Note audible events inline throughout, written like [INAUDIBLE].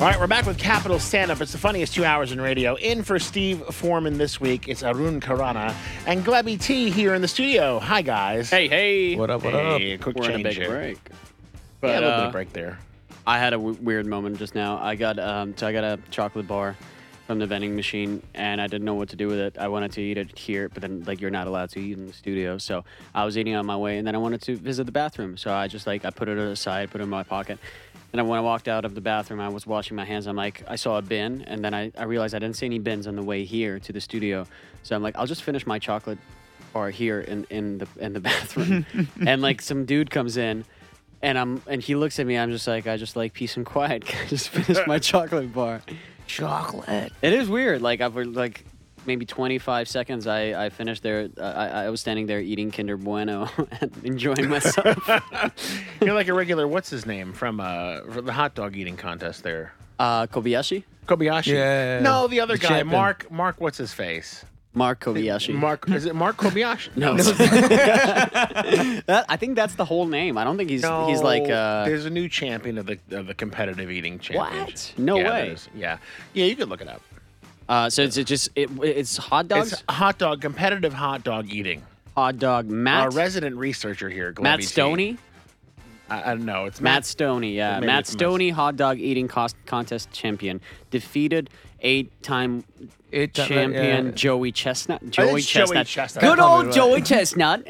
All right, we're back with Capital Stand Up. It's the funniest two hours in radio. In for Steve Foreman this week, it's Arun Karana and Glebby T here in the studio. Hi, guys. Hey, hey. What up? What Hey, quick We're on a change big here. break. But, Yeah, a little bit uh, of break there. I had a w- weird moment just now. I got um, so I got a chocolate bar from the vending machine, and I didn't know what to do with it. I wanted to eat it here, but then like you're not allowed to eat in the studio, so I was eating on my way, and then I wanted to visit the bathroom, so I just like I put it aside, put it in my pocket. And then when I walked out of the bathroom, I was washing my hands. I'm like, I saw a bin, and then I, I realized I didn't see any bins on the way here to the studio. So I'm like, I'll just finish my chocolate bar here in, in the in the [LAUGHS] bathroom. and like some dude comes in and I'm and he looks at me. I'm just like, I just like peace and quiet. [LAUGHS] Can I just finished [LAUGHS] my chocolate bar. Chocolate. It is weird. Like I've like maybe 25 seconds. I I finished there. I I- I was standing there eating Kinder Bueno [LAUGHS] and enjoying myself. [LAUGHS] You're like a regular, what's his name, from, uh, from the hot dog eating contest there. uh, Kobayashi, Kobayashi. Yeah. No, the other The guy, champion. Mark. Mark, what's his face? Mark Kobayashi. Mark. Is it Mark Kobayashi? [LAUGHS] No, [LAUGHS] That- I think that's the whole name. I don't think he's he's like No, uh, there's a new champion of the of the competitive eating championship. No yeah, way. there is. Yeah, yeah, you could look it up. uh so it's it just it, it's hot dogs, It's hot dog competitive hot dog eating. hot dog Our Matt resident researcher here, Glebby Matt T. Stoney. I, I don't know. It's Matt Matt. Stoney, yeah. Maybe Matt it's Matt. Stoney, hot dog eating cost contest champion, defeated eight-time Eight time- champion yeah. Joey Chestnut. Joey Joey Chestnut. Chestnut. Good That's old probably Joey right. Chestnut.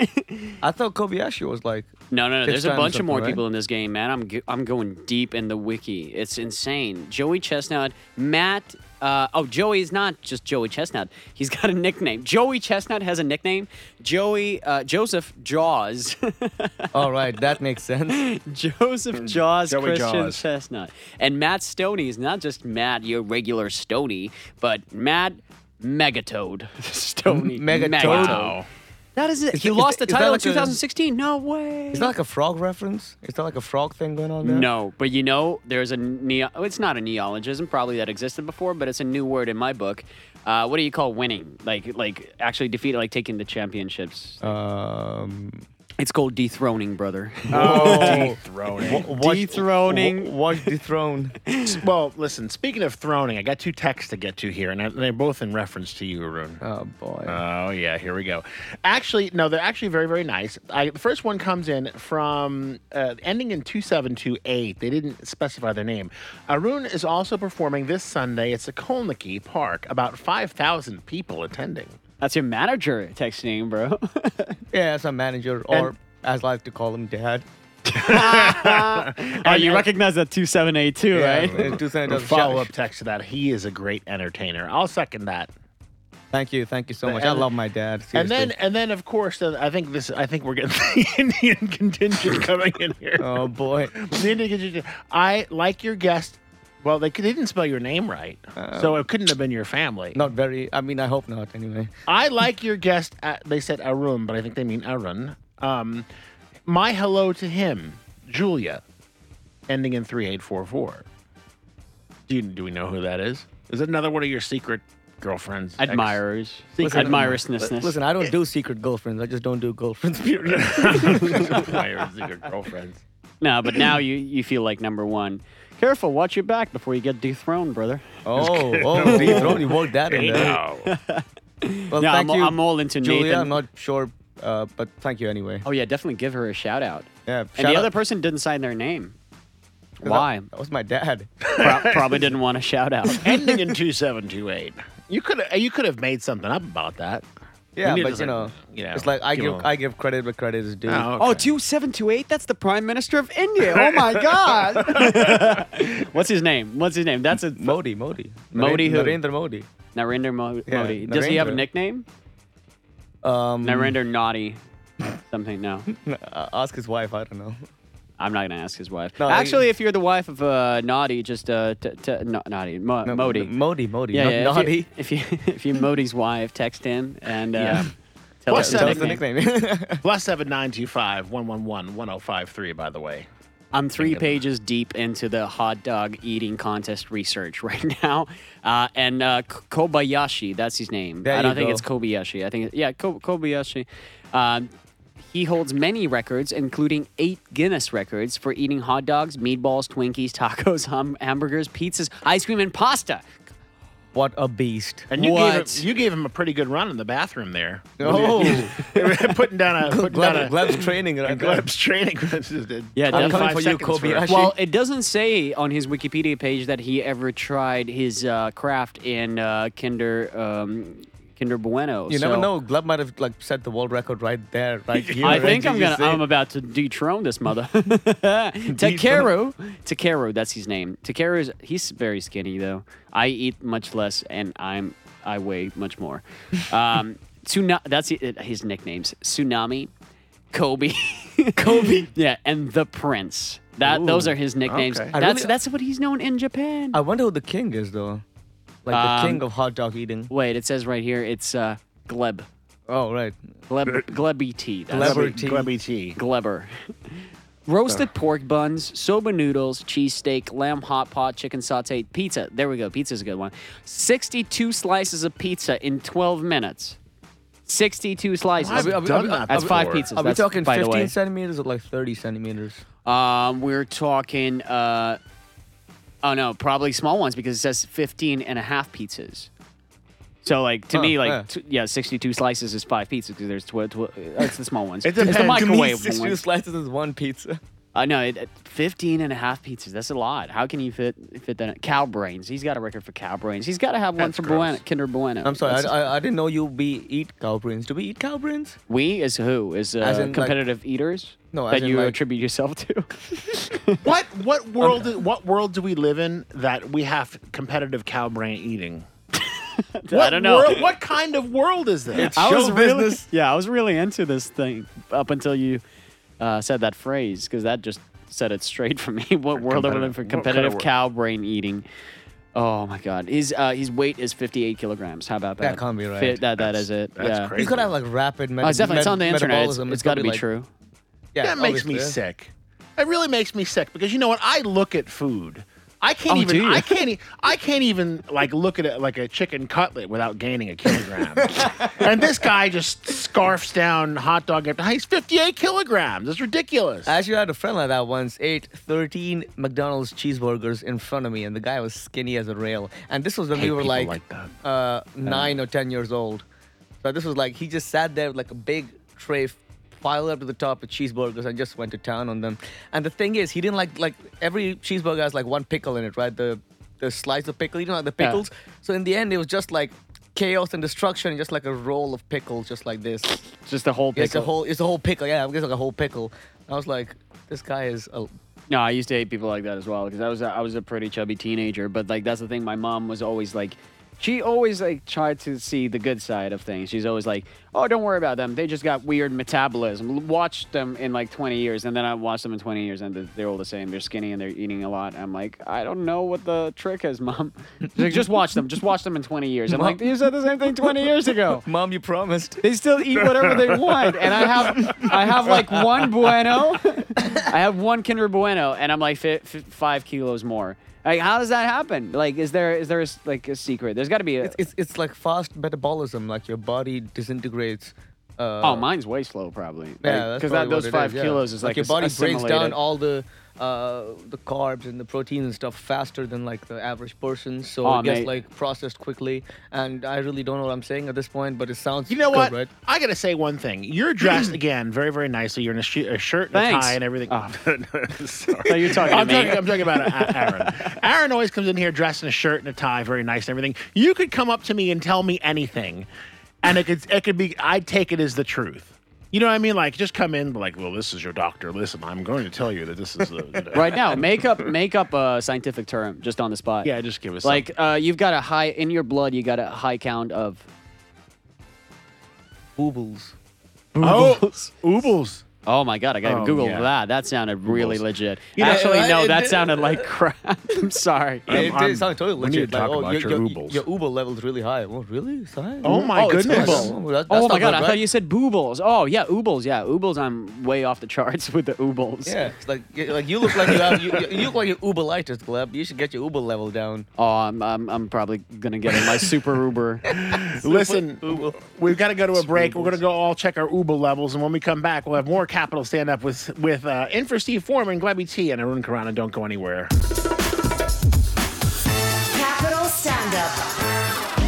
I thought Kobayashi was like. no, no, no. Fifth There's a time bunch of something, more right? people in this game, man. I'm g- I'm going deep in the wiki. It's insane. Joey Chestnut, Matt. Uh, oh, Joey is not just Joey Chestnut. He's got a nickname. Joey Chestnut has a nickname. Joey uh, Joseph Jaws. [LAUGHS] All right, that makes sense. Joseph Jaws Joey Christian Jaws. Chestnut. And Matt Stoney is not just Matt, your regular Stoney, but Matt Megatoad [LAUGHS] Stoney. Megatoad? Wow. That is it. He it- lost the is that title like a- in 2016. no way. Is that like a frog reference? Is that like a frog thing going on there? no, but you know, there's a neo. oh, It's not a neologism, probably that existed before, but it's a new word in my book. Uh, what do you call winning? Like, like actually defeated, like taking the Uh. championships. Um. It's called dethroning, brother. Oh, dethroning. What, Dethroning. wh- What dethroned? well, listen. Speaking of throning, I got two texts to get to here, and I- they're both in reference to you, Arun. Oh boy. Oh yeah, here we go. Actually, no, they're actually very very nice. I, the first one comes in from uh, ending in two seven two eight. They didn't specify their name. Arun is also performing this Sunday at Sokolniki Park. About five thousand people attending. That's your manager texting, bro. yeah, as a manager, or And- as I like to call him, dad. [LAUGHS] Oh, you recognize that 2782, Yeah, uh, [LAUGHS] to send A us- follow up text to that. He is a great entertainer. I'll second that. Thank you, thank you so much. I and- love my dad. And seriously. then and then of course then I think this I think we're getting [LAUGHS] the Indian contingent coming in here. Oh boy. The Indian contingent. I like your guest. Well, they, they didn't spell your name right, so it couldn't have been your family. Not very. I mean, I hope not. Anyway. I like your guest. At, they said Arun, but I think they mean Arun. Um, my hello to him, Julia, ending in three eight four four. Do you, do we know who that is? Is it another one of your secret girlfriends? ex- Admirers. Listen, Admirousnessness. Listen, I don't do secret girlfriends. I just don't do [LAUGHS] girlfriends. Period. Admirers, secret girlfriends. no, but now you, you feel like number one. Careful, watch your back before you get dethroned, brother. Oh, oh, dethrone. You worked that in there. [LAUGHS] No. No, Well, thank I'm- you, I'm all into Julia. Nathan. I'm not sure, uh, but thank you anyway. Oh yeah, definitely give her a shout out. Yeah, and the other person didn't sign their name. [LAUGHS] Why? That, that was [LAUGHS] my dad. Pro- probably didn't want a shout out. [LAUGHS] ending in two seven two eight. You could you could have made something up about that. Yeah, need but to, you know, like, you know, it's like I give give him- I give credit where credit is due. Oh, Oh, okay. two seven two eight. That's the Prime Minister of India. Oh [LAUGHS] my God. What's his name? What's his name? That's a Modi, Modi, Modi Nare- who? Narendra Modi. Narendra Mo- Yeah, Modi. Does he have a Narendra. nickname? Um, Narendra Naughty. Something. [LAUGHS] No. uh, ask his wife. I don't know. [LAUGHS] I'm not gonna ask his wife. No, Actually, he- if you're the wife of uh, Naughty, just uh, t- t- no, Naughty Mo- No, Modi. Modi, Modi. yeah, not yeah. Naughty. [LAUGHS] If you if you, [LAUGHS] if you Modi's wife, text him and uh, Yeah. tell What's that us Tell the us the nickname. nickname. Plus seven nine two five one one one one zero five three. By the way, I'm three Thinking about- pages deep into the hot dog eating contest research [LAUGHS] right now, uh, and uh, K- Kobayashi, that's his name. There I don't you think go. it's Kobayashi. I think it- yeah, Ko- Kobayashi. Um, He holds many records, including eight Guinness records for eating hot dogs, meatballs, Twinkies, tacos, [LAUGHS] hum- hamburgers, pizzas, ice cream, and pasta. [LAUGHS] What a beast. And you What? gave him, you gave him a pretty good run in the bathroom [LAUGHS] there. [LAUGHS] Oh. putting down a putting down a [LAUGHS] Gleb, Gleb's training. Right there. Gleb's training. [LAUGHS] This is the Yeah, top definitely. five Coming for you, seconds Kobe. for- I- Well, it doesn't say on his Wikipedia page that he ever tried his uh, craft in uh, Kinder um, Kinder Bueno. You so- never know. Gleb might have like set the world record right [LAUGHS] there, right here. I right? think Did I'm you gonna. see? I'm about to dethrone this mother. [LAUGHS] Takeru, Takeru, that's his name. Takeru is he's very skinny though. I eat much less, and I'm I weigh much more. Um, Tsuna, that's i- his nicknames. Tsunami, Kobe, [LAUGHS] Kobe, yeah, and the Prince. That those are his nicknames. okay. I That's really- that's what he's known in Japan. I wonder who the king is though. Like the Um, king of hot dog eating. Wait, it says right here it's uh, Gleb, Oh right. Gleb, Glebby T. That's Gleb- Glebby- T. Glebby T. Gleber. [LAUGHS] Roasted pork buns, soba noodles, cheesesteak, lamb hot pot, chicken saute, pizza. There we go. Pizza's a good one. 62 slices of pizza in 12 minutes. 62 slices. I've are we- done are we- that That's five before. pizzas. Are we That's- talking by the 15 way. centimeters or like 30 centimeters? Um, we're talking, uh, oh no, probably small ones because it says 15 and a half pizzas. So, like, to Oh, me, like, yeah. t- yeah, 62 slices is five pizzas because there's 12, it's the small ones. It It's the depends. To me, microwave Six ones. slices is one pizza. I know it, 15 and a half pizzas. That's a lot. How can you fit fit that? in? Cow brains. He's got a record for cow brains. He's got to have one That's for gross. bueno, Kinder Bueno. I'm sorry, I, That's- I, I didn't know you be eat cow brains. Do we eat cow brains? we is who is uh, As in, like- competitive eaters No, as that in, you like- attribute yourself [LAUGHS] to. What what Um, world what world do we live in that we have competitive cow brain [LAUGHS] eating? What I don't know. World, what kind of world is this? I Show was really, business. yeah, I was really into this thing up until you uh, said that phrase because that just set it straight for me. [LAUGHS] what world are we in competitive- what for kind of competitive cow brain eating? Oh my God, his uh, his weight is 58 kilograms. How about that? That can't be right. Fit- that that That's- is it. that's yeah. crazy. You could have like rapid met- Oh, it's definitely it's met- on the internet. It's, metabolism. it's got to gotta be like- true. Yeah, that makes me obviously. sick. It really makes me sick because you know what? I look at food. I can't Oh, even. do you? I can't. e- I can't even like look at it like a chicken cutlet without gaining a kilogram. and this guy just scarfs down hot dog after. He's fifty-eight kilograms. It's ridiculous. I actually had a friend like that once ate 13 McDonald's cheeseburgers in front of me, and the guy was skinny as a rail. And this was when Hate we were people like, like that. uh, nine or 10 years old. So this was like, he just sat there with like a big tray piled up to the top with cheeseburgers and just went to town on them. And the thing is, he didn't like, like every cheeseburger has like one pickle in it, right? The, the slice of pickle, you know, like the Yeah. pickles. So in the end, it was just like chaos and destruction, just like a roll of pickles, just like this. Just the whole Yeah, It's a pickle. whole, it's a whole pickle. Yeah, it's like a whole pickle. I was like, this guy is. A, No, I used to hate people like that as well because I was I was a pretty chubby teenager. But like that's the thing. My mom was always like, she always like tried to see the good side of things. She's always like, oh, don't worry about them. They just got weird metabolism. L- Watch them in like 20 years, and then I watched them in 20 years, and they're- they're all the same. They're skinny and they're eating a lot. I'm like, I don't know what the trick is, [LAUGHS] mom. She's like, just watch them. Just watch them in 20 years. I'm Mom- like, you said the same thing 20 years [LAUGHS] ago. Mom, you promised. They still eat whatever [LAUGHS] they want, and I have I have like one bueno, I have one Kinder Bueno, and I'm like fi fi five kilos more. Like, how does that happen? Like, is there is there a s like a secret? There's got to be a. It's, it's it's like fast metabolism. Like your body disintegrates. Uh, oh, mine's way slow, probably. Yeah, because that's probably those what it five yeah. kilos is like, your body breaks down assimilated. all the uh, the carbs and the proteins and stuff faster than like the average person. So Aw, it gets mate. like processed quickly. And I really don't know what I'm saying at this point, but it sounds. You know good, what? Right? I gotta say one thing. You're dressed again very, very nicely. You're in a, sh- a shirt and Thanks. a tie and everything. [LAUGHS] Oh. Sorry. So you're [LAUGHS] talking to I'm me. talking, I'm talking about A- Aaron. Aaron always comes in here dressed in a shirt and a tie, very nice and everything. You could come up to me and tell me anything, and it could it could be. I'd take it as the truth. You know what I mean? Like just come in, like, well, this is your doctor. Listen, I'm going to tell you that this is the [LAUGHS] [LAUGHS] right now. Make up make up a scientific term just on the spot. Yeah, just give us like uh, you've got a high in your blood. You got a high count of Boobles. something. oh, oobles. Oh my god, I gotta Oh, Google yeah. that. That sounded really legit. You know, Actually, I- no, I that did- Oh sounded like [LAUGHS] crap. I'm sorry. I'm- it I'm- did sound we totally need to legit. Like, talk oh, about your, your your, Ubals. your Uber level's really high. Well, really? It's high? Oh my it's goodness. Uber. Well, that- Oh that's my god, not bad, I right? thought you said boobles. Oh yeah, oobles. Yeah, oobles. I'm way off the charts [LAUGHS] with the oobles. Yeah, it's like you- like you look like you have you, you look like your Uberitis, Gleb. You should get your Uber level down. Oh, I'm, I'm, I'm probably gonna get in my super [LAUGHS] Uber. Listen, Uber. we've got to go to a break. We're Uber's. going to go all check our Uber levels, and when we come back, we'll have more capital stand up E with with uh, Infer Steve Foreman, Glebby T, and Arun Karana. Don't go anywhere.